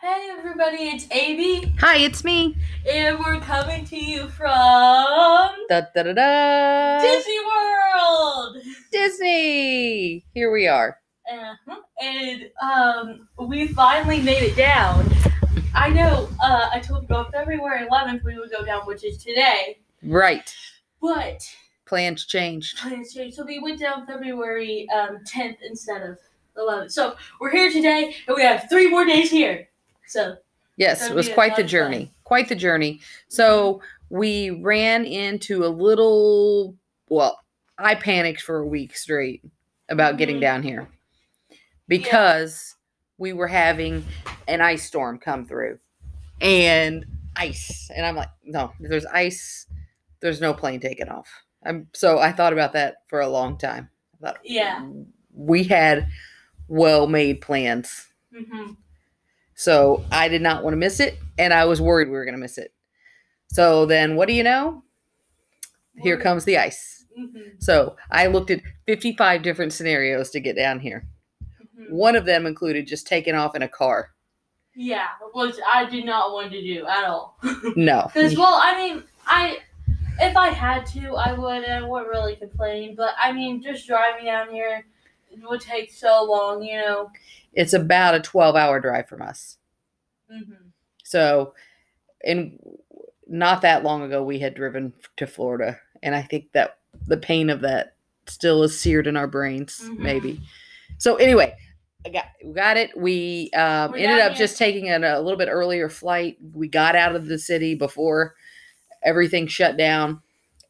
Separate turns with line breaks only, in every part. Hey everybody, it's AB,
Hi, it's me.
and we're coming to you from
Da da da da.
Disney World.
Disney. Here we are.
Uh-huh. And um, we finally made it down. I know. Uh, I told you on February 11th we would go down, which is today.
Right.
But
Plans changed.
plans changed, so we went down February um, 10th instead of 11th. So we're here today, and we have three more days here. So
Yes, it
That'd
was
be a
quite the
fun
journey. Quite the journey. So we ran into a little. Well, I panicked for a week straight about getting
Mhm.
down here because we were having an ice storm come through and ice, and I'm like, no, if there's ice. There's no plane taking off. I'm so I thought about that for a long time. I thought,
yeah.
we had well made plans.
hmm
So I did not want to miss it, and I was worried we were going to miss it. So then, what do you know?
Mm-hmm.
Here comes the ice.
Mhm,
So I looked at 55 different scenarios to get down here.
mhm.
One of them included just taking off in a car.
Yeah, which I did not want to do at all.
No.
Because, well, I mean, I if I had to, I would, and I wouldn't really complain. But I mean, just driving down here would take so long, you know.
It's about a 12 hour drive from us.
hmm
So, and not that long ago, we had driven to Florida. And I think that the pain of that still is seared in our brains,
Mhm.
maybe. So, anyway, I got, we got it. We um,
We
ended
got
up just taking an, a little bit earlier flight. We got out of the city before everything shut down.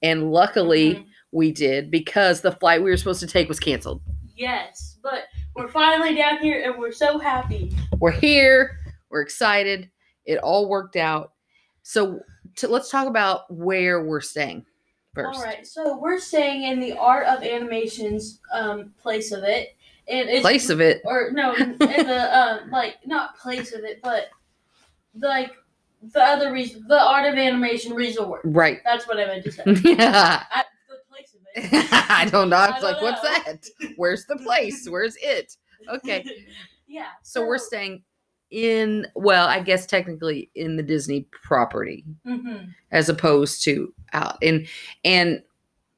And luckily,
Mm-hmm.
we did because the flight we were supposed to take was canceled.
Yes, but we're finally down here, and we're so happy.
we're here we're excited it all worked out so to, let's talk about where we're staying first
All right, so we're staying in the Art of Animation's um, place of it, and it's
place of it
or no, in the um, like not place of it, but like the other reason, the Art of Animation Resort.
right
That's what I meant to say.
yeah
I, the place of it.
i don't know i was
I
like
don't
what's
know."
that where's the place where's it okay
yeah.
so we're staying in well i guess technically in the disney property
hmm
as opposed to out and and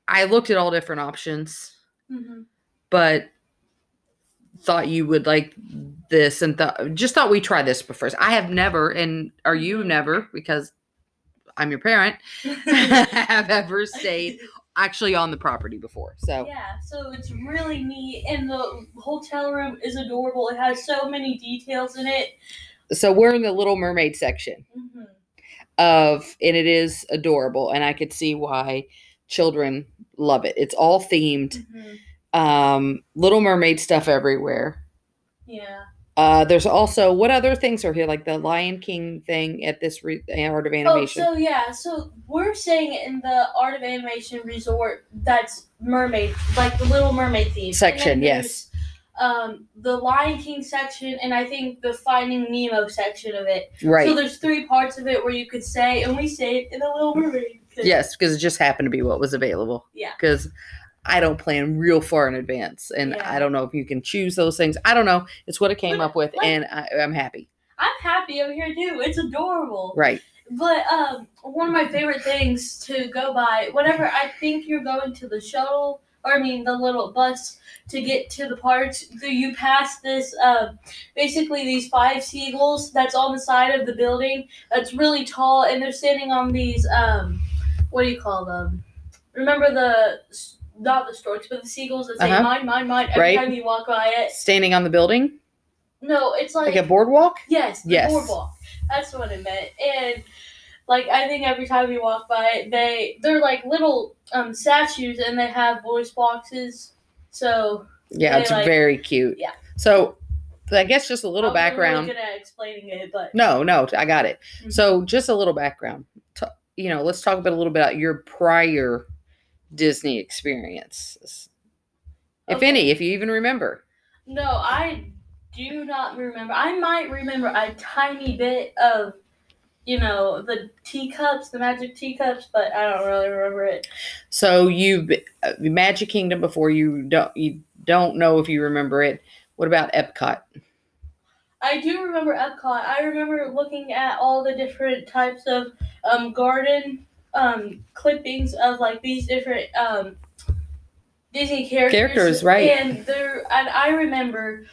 i looked at all different options
hmm
but thought you would like this and thought just thought we try this first. I have never, and are you never because I'm your parent,
mm-hmm.
have ever stayed actually on the property before. So
Yeah, so it's really neat, and the hotel room is adorable. It has so many details in it.
so we're in the Little Mermaid section
hmm
Mm-hmm, of and it is adorable and I could see why children love it. It's all themed.
hmm
Um Little Mermaid stuff everywhere.
Yeah.
Uh, there's also what other things are here, like the Lion King thing at this re- art of animation.
Oh, so yeah, so we're staying in the Art of Animation Resort that's mermaid, like the Little Mermaid theme. And then
Section, yes.
there's, Um, the Lion King section, and I think the Finding Nemo section of it.
right.
So there's three parts of it where you could stay, and we stayed in the Little Mermaid. 'cause-
yes, because it just happened to be what was available.
Yeah.
Because I don't plan real far in advance, and
Yeah.
I don't know if you can choose those things. I don't know. It's what I came up with,
Like-
and I, I'm happy.
I'm happy over here too. It's adorable.
Right.
But um, one of my favorite things to go by, whenever I think you're going to the shuttle, or I mean the little bus to get to the parks, so you pass this, um, basically these five seagulls that's on the side of the building that's really tall, and they're standing on these, um, what do you call them? Remember the, s- not the storks, but the seagulls that say
Uh-huh.
mine, mine, mine every
Right.
time you walk by it.
Standing on the building,
No, it's
like, a boardwalk.
Yes, the
Yes.
boardwalk. That's what it meant. And like I think every time we walk by it, they they're like little um statues and they have voice boxes. So
Yeah,
They,
it's
like-
very cute.
Yeah.
So, I guess just a little
I wasn't really
background.
good at explaining it, but
No, no, I got it.
Mhm.
So, just a little background. T- you know, let's talk about a little bit about your prior Disney experiences, if
Okay.
any, if you even remember.
no, I do not remember. I might remember a tiny bit of you know the teacups, the magic teacups, but I don't really remember it.
So you've been- uh, Magic Kingdom before you don't you don't know if you remember it. What about Epcot?
I do remember Epcot. I remember looking at all the different types of um, garden um, clippings of like these different um, Disney characters.
Characters, right.
And there, and I remember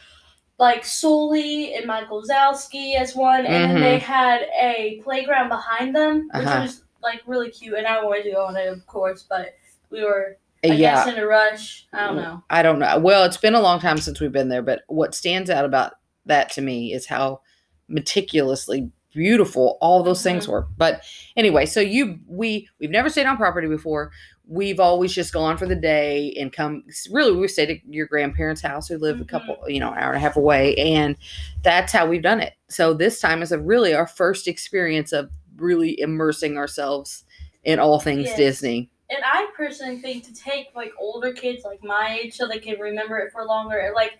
like Sully and Michael Zalski as one, and then
Mhm.
they had a playground behind them, which
Uh-huh.
was like really cute. And I wanted to go on it, of course, but we were, I
Uh, yeah,
guess, in a rush. I don't know.
I don't know. Well, it's been a long time since we've been there, but what stands out about that to me is how meticulously beautiful all those things were. But anyway, so you we we've never stayed on property before. We've always just gone for the day and come. Really, we stayed at your grandparents' house, who live a
Mhm.
couple, you know, an hour and a half away, and that's how we've done it. So this time is a really our first experience of really immersing ourselves in all things
Yes.
Disney.
and I personally think to take like older kids like my age so they can remember it for longer. Like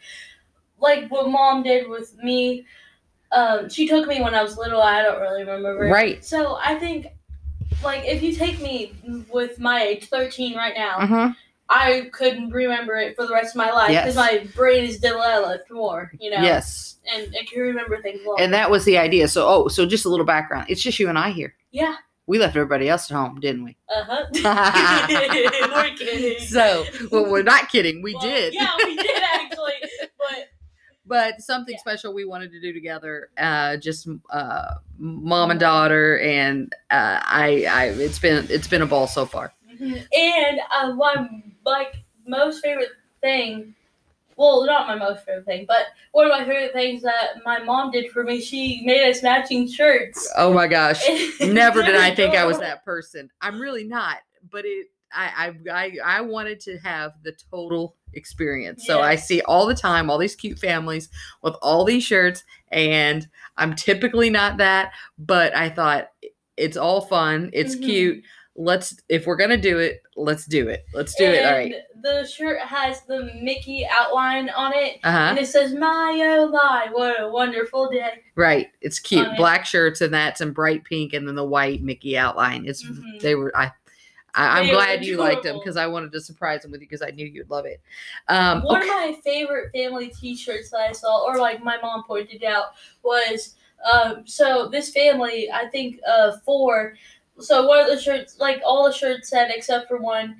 like what mom did with me. Um, she took me when I was little. I don't really remember.
Right.
So I think like if you take me with my age, thirteen right now,
Uh-huh.
I couldn't remember it for the rest of my life
Yes.
because my brain is developed more. You know.
Yes.
And I can remember things longer.
And that was the idea. So, oh, so just a little background. It's just you and I here.
Yeah.
We left everybody else at home, didn't we?
Uh huh. We're kidding.
So, well, we're not kidding. We
Well,
did.
Yeah, we did actually, but.
But something
Yeah.
special we wanted to do together, uh, just uh, mom and daughter, and uh, I, I, it's been it's been a ball so far.
And uh, my like most favorite thing, well, not my most favorite thing, but one of my favorite things that my mom did for me, she made us matching shirts.
Oh my gosh! Never did I think I was
that.
that person. I'm really not, but it. I, I I I wanted to have the total experience. So I
Yeah.
see all the time all these cute families with all these shirts, and I'm typically not that, but I thought "I- it's all fun, it's
Mhm.
cute. Let's if we're gonna do it, let's do it. Let's do it. All right.
The shirt has the Mickey outline on it,
Uh huh.
and it says "My oh my, what a wonderful day."
Right. It's cute.
it.
Black shirts and that some bright pink and then the white Mickey outline. It's
Mhm.
they were I, I I'm
They were
glad you liked them
adorable.
because I wanted to surprise them with you because I knew you'd love it. Um
One
okay.
of my favorite family T-shirts that I saw, or like my mom pointed out, was um, so this family, I think uh, four. So one of the shirts, like all the shirts said except for one,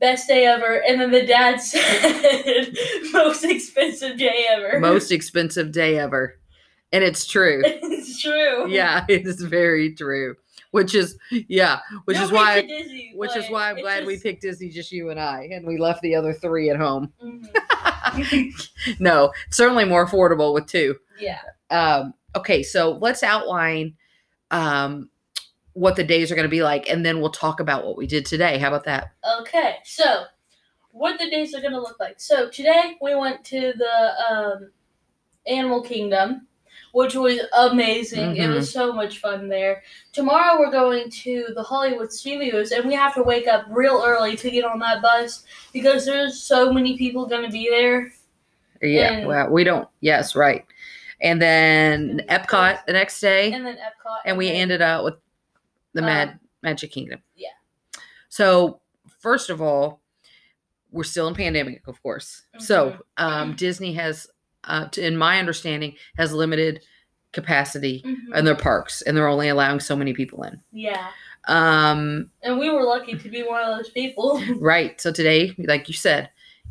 best day ever, and then the dad said most expensive day ever.
most expensive day ever. And it's true.
it's true.
yeah, it's very true. Which is yeah, which
No
is why
offense to Disney,
which is
but
why I'm
it's
glad we
just-
picked Disney just you and I and we left the other three at home.
Mhm.
no, certainly more affordable with two.
yeah.
um, okay, so let's outline um, what the days are going to be like, and then we'll talk about what we did today. How about that?
Okay, so what the days are gonna look like. So today we went to the um, Animal Kingdom, which was amazing.
Mm-hmm.
It was so much fun there. Tomorrow we're going to the Hollywood Studios, and we have to wake up real early to get on that bus because there's so many people gonna be there.
Yeah,
And-
well, we don't. Yes, right. And then Epcot the next day,
And then Epcot,
and we
then-
ended up with the
Um,
Mad Magic Kingdom.
yeah.
So first of all, we're still in pandemic, of course.
Mm-hmm.
So um, Disney has, uh, to, in my understanding, has limited capacity
Mhm.
in their parks, and they're only allowing so many people in.
yeah,
Um,
and we were lucky to be one of those people.
Right. So today, like you said,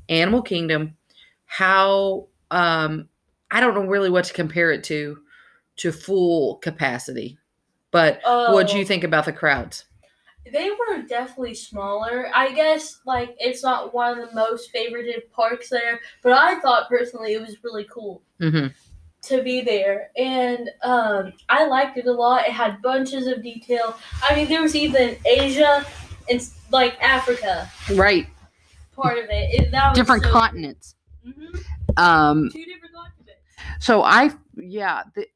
Animal Kingdom, how um I don't know really what to compare it to to full capacity. But what do
Oh.
you think about the crowds?
They were definitely smaller. I guess like it's not one of the most favorited parks there, but I thought personally it was really cool
hmm
to be there, and um, I liked it a lot. It had bunches of detail. I mean, there was even Asia and like Africa
Right.
part of it. it that was
Different
Um, so-
continents.
Mhm,
Um
Two different continents.
so I yeah, the,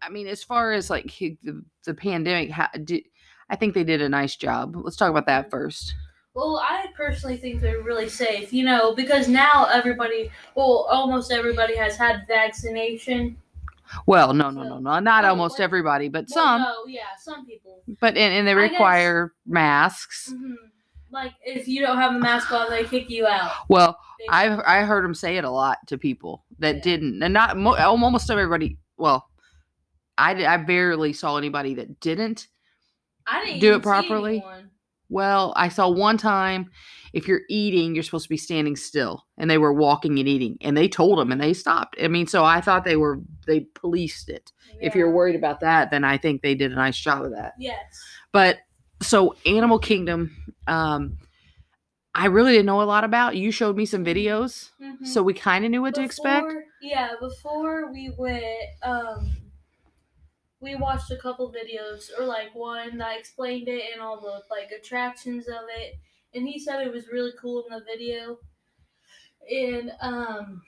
I mean as far as like he- the, the pandemic how, did, I think they did a nice job. Let's talk about that first.
Well, I personally think they're really safe, you know, because now everybody, well, almost everybody has had vaccination.
Well, no, no, no,
So-
no, not
Oh,
almost
what-
everybody, but
Well,
some.
no, yeah, some people.
But and, and they
I guess-
require masks.
Mhm. Like if you don't have a mask on, they kick you out.
Well,
They-
I I heard him say it a lot to people that
Yeah.
didn't, and not mo- almost everybody. Well, I d- I barely saw anybody that didn't.
I didn't
Do
even
it
see
properly?
anyone.
Well, I saw one time if you're eating, you're supposed to be standing still, and they were walking and eating, and they told them and they stopped. I mean, so I thought they were they policed it. If you're
Yeah.
worried about that, then I think they did a nice job of that.
yes,
But so Animal Kingdom, um, I really didn't know a lot about. You showed me some videos,
Mhm.
so we kind of knew what to expect.
Before- Yeah, before we went, um, we watched a couple videos or like one that explained it and all the like attractions of it, and he said it was really cool in the video, and um,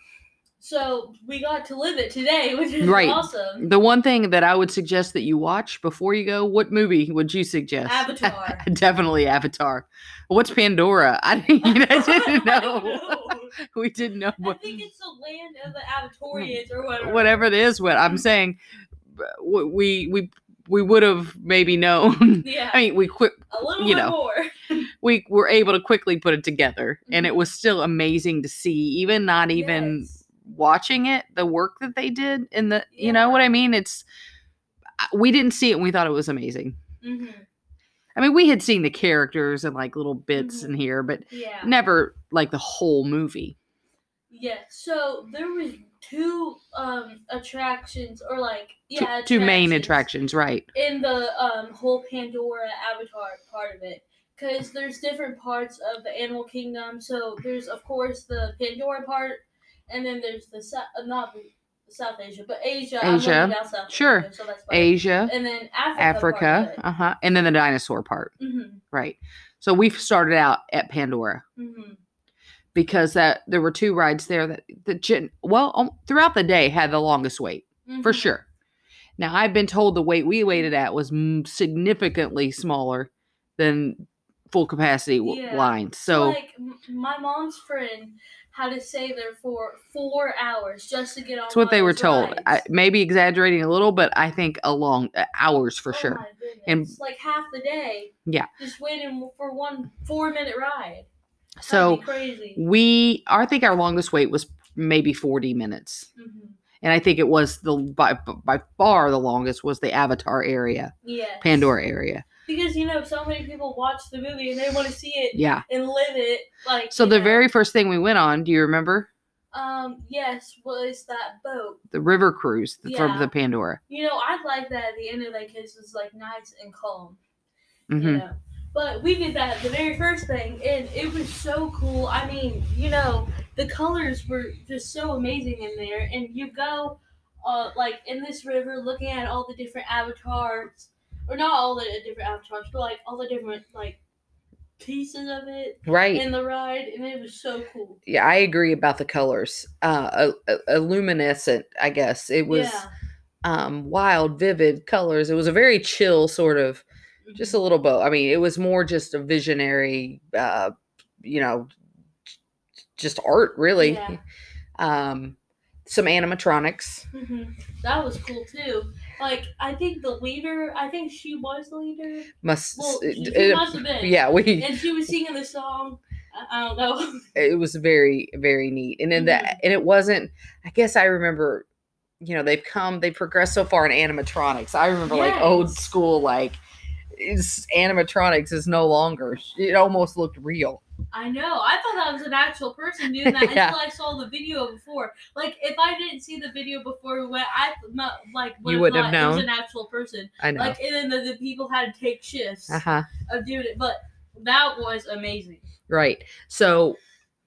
so we got to live it today, which is
Right.
awesome.
The one thing that I would suggest that you watch before you go, what movie would you suggest?
Avatar.
Definitely Avatar. What's Pandora? I didn't, I didn't
I
know.
know.
we didn't know
I
what,
think it's the land of the Avatorians or whatever.
whatever it is. What
Mm-hmm.
I'm saying, w- we we we would have maybe known.
Yeah,
I mean, we quit.
a little
you
bit
know.
more.
we were able to quickly put it together and it was still amazing to see even not even
Mm-hmm. Yes.
watching it the work that they did and the you know what
Yeah.
i mean it's I- we didn't see it and we thought it was amazing
Mhm.
i mean we had seen the characters and like little bits
Mhm.
in here but
Yeah.
never like the whole movie
Yeah, so there was two um attractions or like
Two-
yeah
two main attractions right
in the um whole Pandora Avatar part of it because there's different parts of the Animal Kingdom. So there's of course the Pandora part, and then there's the Sou- uh, not the South Asia but Asia. I'm
Asia,
learning about South
sure.
Asia, so that's fine.
asia
and then Africa.
africa uh-huh and then the dinosaur part
Mm-hmm.
right so we started out at pandora
Mm-hmm.
because that there were two rides there that the gen- well um, throughout the day had the longest wait
mm-hmm.
for sure. Now, I've been told the wait we waited at was m- significantly smaller than full capacity w-
Yeah.
lines. So,
like m- my mom's friend had to stay there for four hours just to get on.
that's what they
one
were
of those
told. I,
rides.
maybe exaggerating a little, but I think a long uh, hours for
Oh
sure.
my goodness,
And-
like half the day.
Yeah.
Just waiting for one four minute ride. That'd
So
be crazy.
we, I think our longest wait was maybe 40 minutes.
Mhm.
And I think it was the by, by far the longest was the Avatar area,
Yeah.
Pandora area.
Because you know, so many people watch the movie and they want to see it
Yeah.
and live it. Like
So
you
the
know.
very first thing we went on, do you remember?
um yes was that boat.
The river cruise th- from
Yeah.
the Pandora.
You know, I like that at the end of that because it was like nice and calm.
hmm
you know. But we did that the very first thing, and it was so cool. I mean, you know, the colors were just so amazing in there. And you go, uh, like in this river, looking at all the different avatars, or not all the different avatars, but like all the different like pieces of it
Right.
in the ride, and it was so cool.
yeah, I agree about the colors. Uh, a, a, a luminescent, I guess it was
yeah.
um, wild, vivid colors. It was a very chill sort of, just a little boat. I mean, it was more just a visionary, uh, you know, j- just art really.
Yeah.
Um, some animatronics.
hmm That was cool too. Like I think the leader, I think she was the leader.
Must
Well,
it-
she,
it-
must have been.
yeah, we
and she was singing the song.
uh,
I- I don't know.
it was very very neat and then
Mm.
that and it wasn't i guess i remember you know they've come they progressed so far in animatronics i remember like old
Yes.
school like it's animatronics is no longer it almost looked real
I know. I thought that was an actual person doing that
Yeah.
until I saw the video before. Like, if I didn't see the video before we went, I th- not, like would
You
have
wouldn't
thought
have
it was
known?
an actual person.
i know
Like, and then the, the people had to take shifts
uh-huh
of doing it. But that was amazing.
right so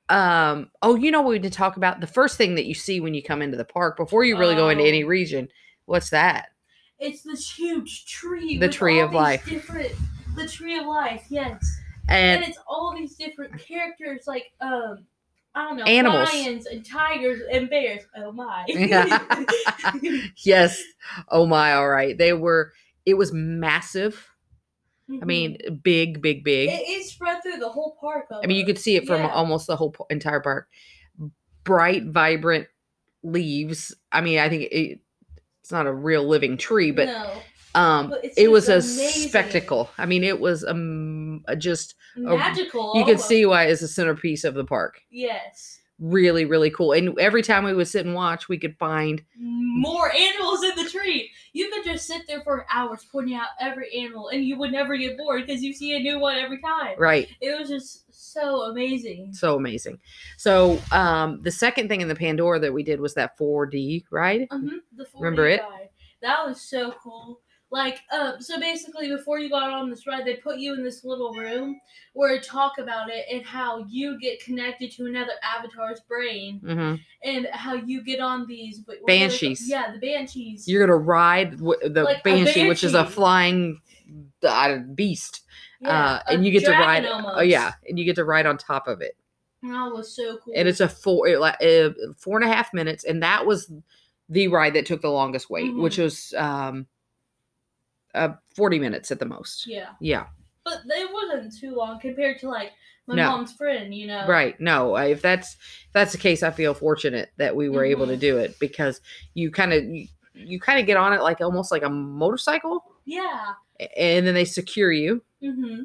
um oh you know what we did talk about the first thing that you see when you come into the park before you really go into
Oh.
any region what's that
It's this huge tree.
The
with
tree
all
of
these
life.
Different. The tree of life. Yes. And,
and
it's all these different characters, like um. I don't know.
Animals.
Lions and tigers and bears. Oh my.
yes oh my all right they were it was massive I
Mhm.
mean, big, big, big.
It is spread through the whole park.
I mean, you could see it from
yeah.
almost the whole po- entire park. Bright, vibrant leaves. I mean, I think it, it's not a real living tree, but
no,
um,
but it's just
it was a
amazing.
spectacle. I mean, it was um, a just
magical.
you could
almost.
see why it's a centerpiece of the park.
Yes,
really, really cool. And every time we would sit and watch, we could find
More animals in the tree. You could just sit there for hours pointing out every animal, and you would never get bored because you see a new one every time.
right.
It was just so amazing.
So amazing. So um the second thing in the Pandora that we did was that 4D, right?
hmm The 4D
Remember it?
guy. That was so cool. Like, um, so basically, before you got on this ride, they put you in this little room where it talk about it and how you get connected to another avatar's brain
hmm
and how you get on these wait, what are they called?
Banshees.
Yeah, the banshees.
You're gonna ride w- the
Like a
banshee, which is a
banshee.
flying uh, beast, uh,
a
and you get to
dragon
ride. Oh
almost.
yeah, and you get to ride on top of it,
that was so cool.
and it's a four it, like, uh, four and a half minutes, and that was the ride that took the longest wait,
Mm-hmm.
which was um uh forty minutes at the most.
yeah,
Yeah,
but it wasn't too long compared to like my
No.
mom's friend. You know,
right. No, I- if that's if that's the case, I feel fortunate that we were able to
Mm-hmm.
do it because you kind of you, you kind of get on it like almost like a motorcycle,
Yeah.
a- and then they secure you.
hmm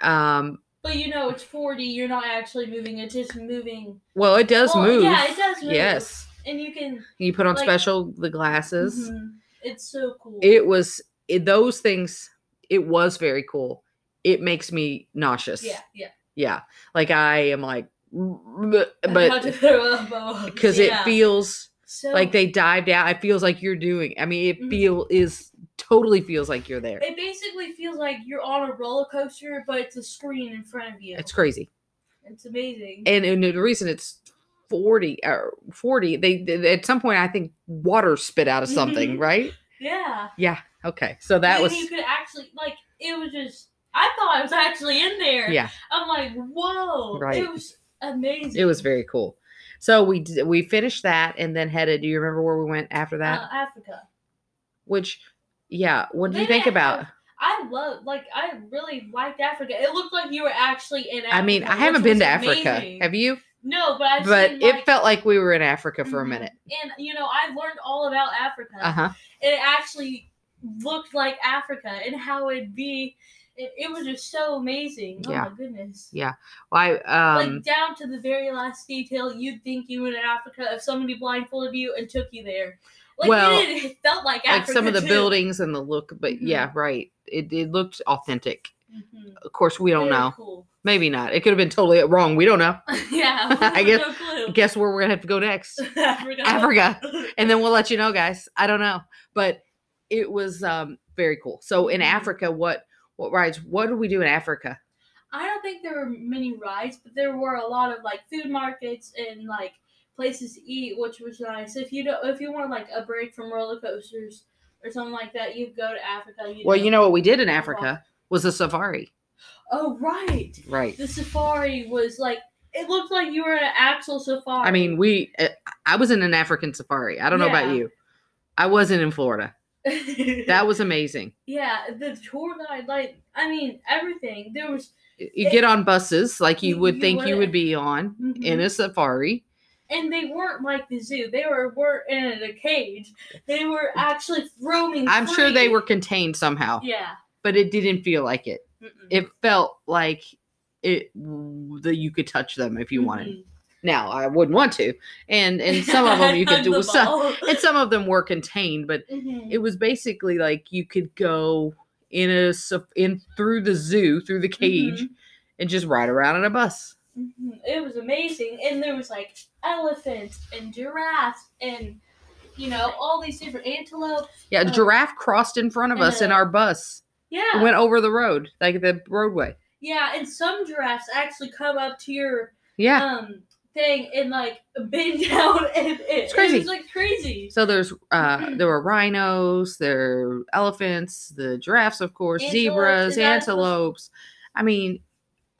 Um,
But you know, it's 40. You're not actually moving. It's just moving.
well, it does
Well,
move.
Oh, Yeah, it does move.
Yes,
and you can.
you put on
Like-
special the glasses.
Mhm. It's so cool.
It was it, those things. It was very cool. It makes me nauseous.
yeah, yeah.
yeah. Like I am like,
How to
but
throw a bone.
because
Yeah.
it feels
so,
like they dive down. It feels like you're doing. I mean, it
Mhm.
feel is totally feels like you're there.
It basically feels like you're on a roller coaster, but it's a screen in front of you.
It's crazy.
It's amazing.
And, and the reason it's. 40 or 40 they, they at some point i think water spit out of something
Mhm.
right
yeah.
yeah okay so that
and
was
You could actually like it was just. I thought I was actually in there.
yeah
I'm like, whoa.
Right.
It was amazing.
it was very cool so we d- we finished that and then headed do you remember where we went after that
uh, Africa.
which yeah what do you
They
think
didn't
about
have- I love, like, I really liked Africa. It looked like you were actually in Africa.
i mean i
which
haven't been
was
to africa
amazing.
have you
no, but I've
but
seen,
it
like-
felt like we were in africa for
Mhm.
a minute
And you know, I've learned all about Africa.
uh-huh
It actually looked like Africa and how it'd be. It, it was just so amazing. Oh
Yeah.
my goodness.
why um
like down to the very last detail, you'd think you were in Africa if somebody blindfolded you and took you there. Like
Well,
it, it felt like
like,
Africa
some of the
too.
buildings and the look but
Mhm.
yeah right it, it looked authentic
Mhm.
of course we don't
Very
know
Cool.
maybe not it could have been totally wrong we don't know
yeah,
I
I
guess-
guess. No clue.
guess where we're gonna have to go next
Africa.
africa and then we'll let you know guys i don't know but it was um very cool so in
Mhm.
africa what what rides what did we do in africa
I don't think there were many rides, but there were a lot of like food markets and like places to eat, which was nice. If you don't, if you want like a break from roller coasters or something like that, you go to Africa.
well you know what we did in
Wow.
africa was a safari
Oh right,
right
the safari was like it looked like you were at an actual safari.
i mean we uh, i was in an african safari i don't know
Yeah.
about you i wasn't in florida that was amazing
yeah, the tour guide, like I mean everything. There was
you get on buses like you Mm-hmm.
You-
would
you
think you
would-
would be on in
Mhm.
a safari
and they weren't like the zoo. They were weren't in a cage. They were actually roaming.
i'm sure they
free.
were contained somehow
Yeah.
but it didn't feel like it
Mm-mm.
it felt like it that you could touch them if you wanted
Mhm.
Now I wouldn't want to, and and some of them you could do
The
with some,
ball.
and some of them were contained, but
Mhm.
it was basically like you could go in a sa- in through the zoo through the cage
Mm-hmm.
and just ride around on a bus.
Mhm. It was amazing, and there was like elephants and giraffes and you know all these different antelope.
Yeah, a
Oh.
giraffe crossed in front of us in
Uh,
our bus,
Yeah,
went over the road like the roadway.
yeah, and some giraffes actually come up to your
Yeah,
um thing and like bend down and it, it's
crazy.
It was like crazy.
so there's uh there were rhinos, there were elephants, the giraffes, of course,
Antelopes,
zebras,
and dinosaurs.
antelopes. I mean,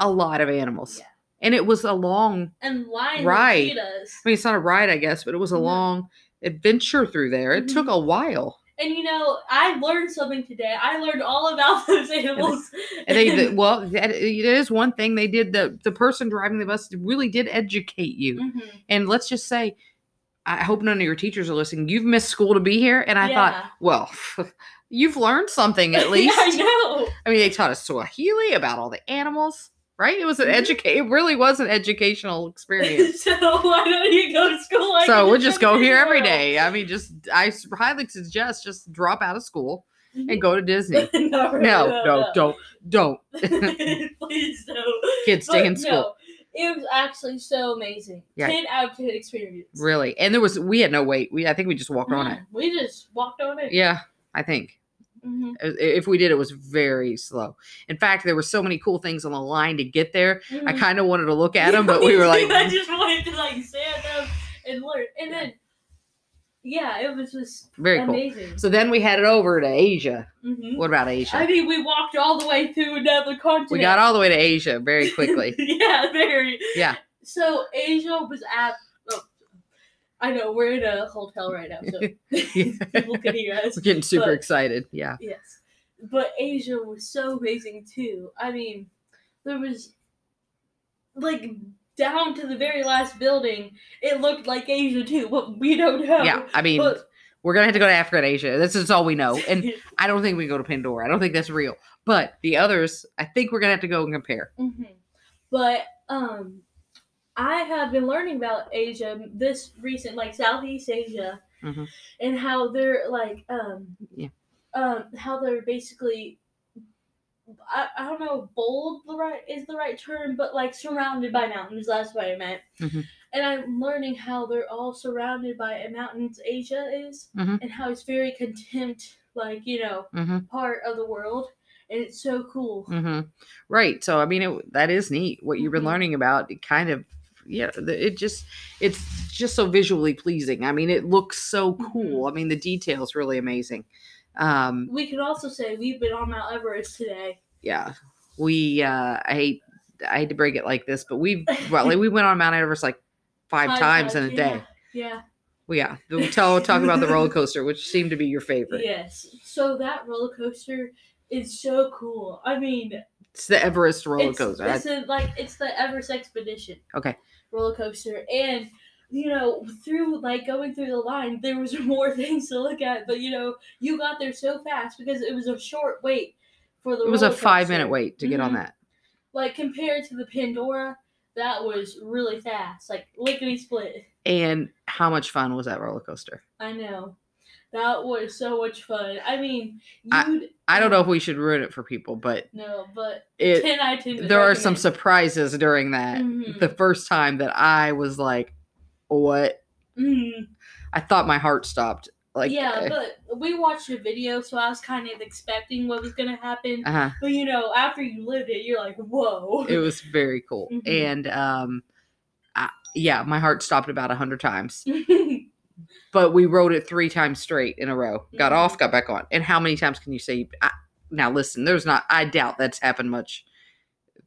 a lot of animals,
Yeah.
and it was a long
And lions,
Right.
and cheetahs.
I mean, it's not a ride, I guess, but it was a
No.
long adventure through there. It took
Mhm.
a while.
And you know, I learned something today. I learned all about those animals.
And they, the- well, that, it is one thing they did. The the person driving the bus really did educate you.
Mhm.
And let's just say, I hope none of your teachers are listening. You've missed school to be here, and I thought,
Yeah.
well, you've learned something at least.
I know.
I mean, they taught us Swahili about all the animals. right? It was
Mm-hmm.
an educate. It really was an educational experience.
so why don't you go to school? like
so
you
we'll just
did
go here every
before?
day. I mean, just I s- highly suggest just drop out of school and go to Disney.
no,
No, no, don't, don't.
Please don't.
Kids stay
But
in school.
no, it was actually so amazing.
Yeah.
Kid out of kid experience.
Really, and there was we had no wait. We I think we just walked on it.
Mhm. We just walked on it.
Yeah, I think.
Mhm.
I- if we did it was very slow in fact there were so many cool things on the line to get there i
Mhm.
kind of wanted to look at them but we were like "Mm,
I just wanted to like stand up and learn, and then yeah, it was just
very cool
amazing.
so then we had it over to asia
Mhm.
what about
I
asia
mean, we walked all the way through another continent.
we got all the way to asia very quickly
yeah, very.
Yeah.
So Asia was at. Oh, I know we're in a hotel right now, so people can hear us.
we're getting super
But-
excited yeah
Yes. But Asia was so amazing too. I mean, there was like down to the very last building, it looked like Asia too, but we don't know.
yeah i mean
but-
we're gonna have to go to africa and asia this is all we know and i don't think we can go to pandora i don't think that's real but the others i think we're gonna have to go and compare
Mhm. But um I have been learning about Asia this recent like Southeast Asia
Mhm.
and how they're like um
Yeah.
um how they're basically I, I don't know bold the right is the right term but like surrounded by mountains that's what I meant
Mhm.
and I'm learning how they're all surrounded by mountains Asia is
Mhm.
and how it's very contempt like you know
Mhm,
part of the world and it's so cool
mhm. right so i mean it, that is neat what you've been
Mhm.
learning about it kind of yeah the- it just it's just so visually pleasing i mean it looks so
Mm-hmm.
cool i mean the details really amazing um
We could also say we've been on Mount Everest today.
yeah we uh i hate i hate to break it like this but we well like, we went on mount everest like five, times, in a day
Yeah.
Well, yeah, we'll tell, we'll talk about the roller coaster, which seemed to be your favorite.
Yes. So that roller coaster is so cool. I mean,
It's the Everest roller
it's,
coaster.
It's a, like it's the Everest expedition.
Okay.
Roller coaster and you know through like going through the line there was more things to look at but you know you got there so fast because it was a short wait for the
it was a
roller
five
coaster.
minute wait to get on
Mhm.
that.
like compared to the pandora that was really fast like lickety split
And how much fun was that roller coaster?
I know. That was so much fun. I mean,
I-
you'd
I don't know if we should ruin it for people, but
no, but
it
ten out of ten. would
there are some
recommend.
surprises during that.
Mhm.
The first time that I was like, what?
Mhm.
I thought my heart stopped. Like, eh.
yeah, but we watched a video, so I was kind of expecting what was gonna happen.
uh
But you know, after you lived it, you're like, whoa.
it was very cool.
Mhm.
And um, I, yeah, my heart stopped about a hundred times. but we rode it three times straight in a row. Got
Mhm.
off, got back on. And how many times can you say? I, now listen, there's not. I doubt that's happened much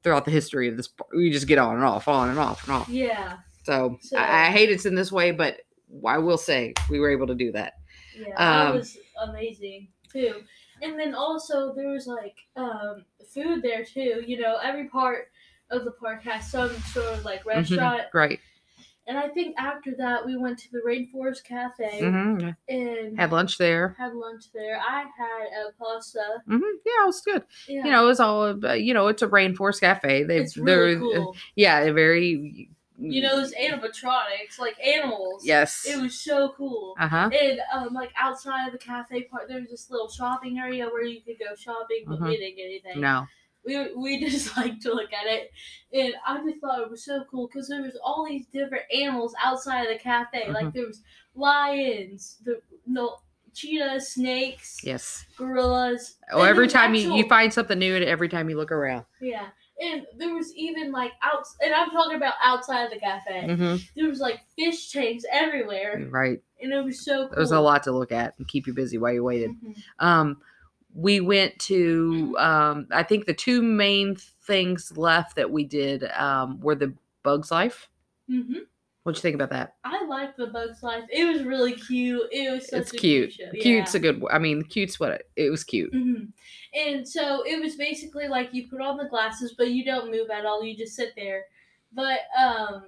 throughout the history of this. You just get on and off, on and off and off.
yeah,
So,
So-
I, I hate it's in this way, but I will say we were able to do that.
yeah, that
Um,
was amazing too. And then also there was like um, food there too. You know, every part of the park has some sort of like
Mhm.
restaurant
Right.
And I think after that, we went to the Rainforest Cafe
hmm
and
Had lunch there.
had lunch there. I had a pasta.
hmm Yeah, it was good.
Yeah.
You know, it was all. uh, You know, it's a rainforest cafe. They,
it's
they're
really cool.
yeah, they're very.
You know, those animatronics, like animals.
mm. Yes.
It was so cool.
Uh huh.
And um, like outside of the cafe part, there was this little shopping area where you could go shopping, but we didn't get anything.
Uh-huh. No.
We, we just like to look at it, and I just thought it was so cool because there was all these different animals outside of the cafe.
Uh-huh.
Like there was lions, the no cheetahs, snakes,
Yes.
gorillas.
Oh,
and
every
there was
time you, you
actual-
find something new, and every time you look around,
yeah, and there was even like out, and I'm talking about outside of the cafe.
mm-hmm.
There was like fish tanks everywhere,
right?
and it was so cool.
There's a lot to look at and keep you busy while you waited.
Mhm.
Um, we went to, um, I think the two main things left that we did um, were the Bugs Life.
Mhm.
What'd you think about that?
I liked the Bugs Life. It was really cute. It was such
it's
a
cute.
show. Yeah.
Cute's a good. I mean, cute's what it, it was cute.
hmm And so it was basically like you put on the glasses, but you don't move at all. You just sit there. But um,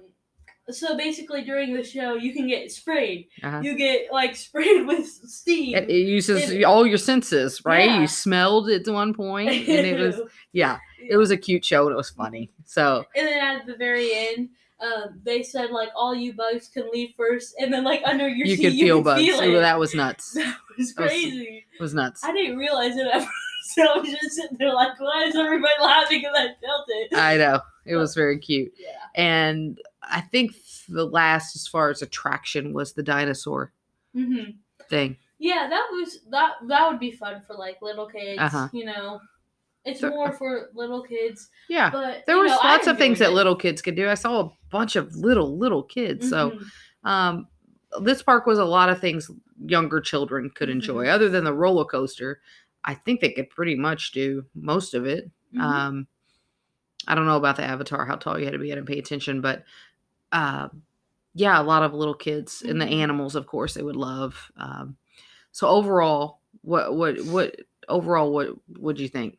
so basically during the show, you can get sprayed.
Uh-huh.
You get like sprayed with steam.
It, it uses
It-
all your senses, right?
Yeah.
You smelled at one point, and it was yeah. It was a cute show and it was funny. So
And then at the very end, um, they said like all you bugs can leave first, and then like under your
you
seat
could feel
you can
bugs.
feel
Ooh,
it.
that was nuts.
That was
That was-
crazy.
It was nuts.
I didn't realize it at first. So I was just sitting there like, why is everybody laughing? Because I felt it.
I know. It was very cute.
yeah.
And I think the last, as far as attraction, was the dinosaur
hmm
thing.
Yeah, that was that. That would be fun for like little kids.
Uh-huh.
You know, it's
There-
more for little kids.
Yeah.
But
There
you
was
know, I
lots of things
enjoyed
that
it.
little kids could do. I saw a bunch of little, little kids. So
Mhm.
um, this park was a lot of things younger children could
Mhm.
enjoy. Other than the roller coaster, I think they could pretty much do most of it.
Mhm.
Um, I don't know about the avatar, how tall you had to be, I didn't pay attention, but uh, yeah, a lot of little kids and the
Mhm.
animals, of course, they would love. Um, so overall, what what what overall what would you think?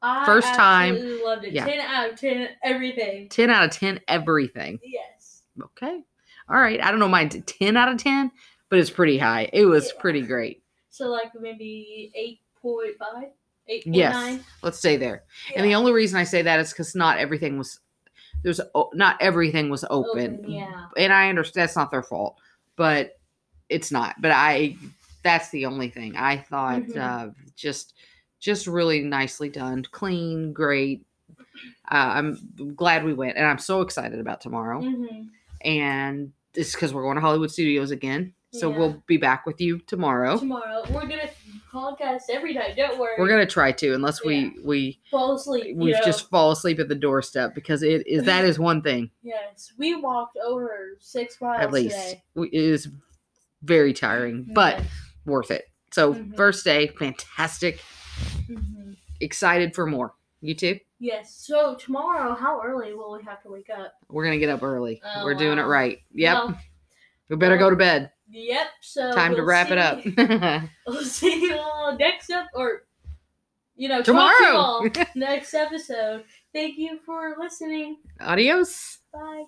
I
first time-
absolutely loved it.
yeah.
Ten out of ten. Everything.
Ten out of ten, everything.
Yes.
Okay, all right. I don't know mine ten out of ten, but it's pretty high. It was
Yeah.
pretty great.
So like maybe eight point five. Eight point
Yes,
nine.
let's stay there. And the only reason I say that is because not everything was there's o- not everything was open.
yeah.
and I understand that's not their fault, but it's not. But I, that's the only thing I thought.
Mhm.
Uh, just, just really nicely done, clean, great. Uh, I'm glad we went, and I'm so excited about tomorrow.
hmm
And it's because we're going to Hollywood Studios again, so
Yeah.
we'll be back with you tomorrow.
Tomorrow we're gonna podcast every night. Don't worry.
Oh. We're gonna try to, unless we we
fall asleep. you
we
know?
just fall asleep at the doorstep because it is that is one thing
yes. We walked over six miles
at least
today.
we, it is very tiring, but worth it. So
Mhm.
first day, fantastic.
hmm
Excited for more. You too.
yes. So tomorrow, how early will we have to wake up?
We're gonna get up early.
Oh,
We're doing it
wow.
right. Yep.
Well,
we better go to bed.
yep. So
Time to
we'll
wrap it
see-
up. tomorrow.
We'll see you all next up or you know talk to you all next episode. Thank you for listening.
Adios.
Bye.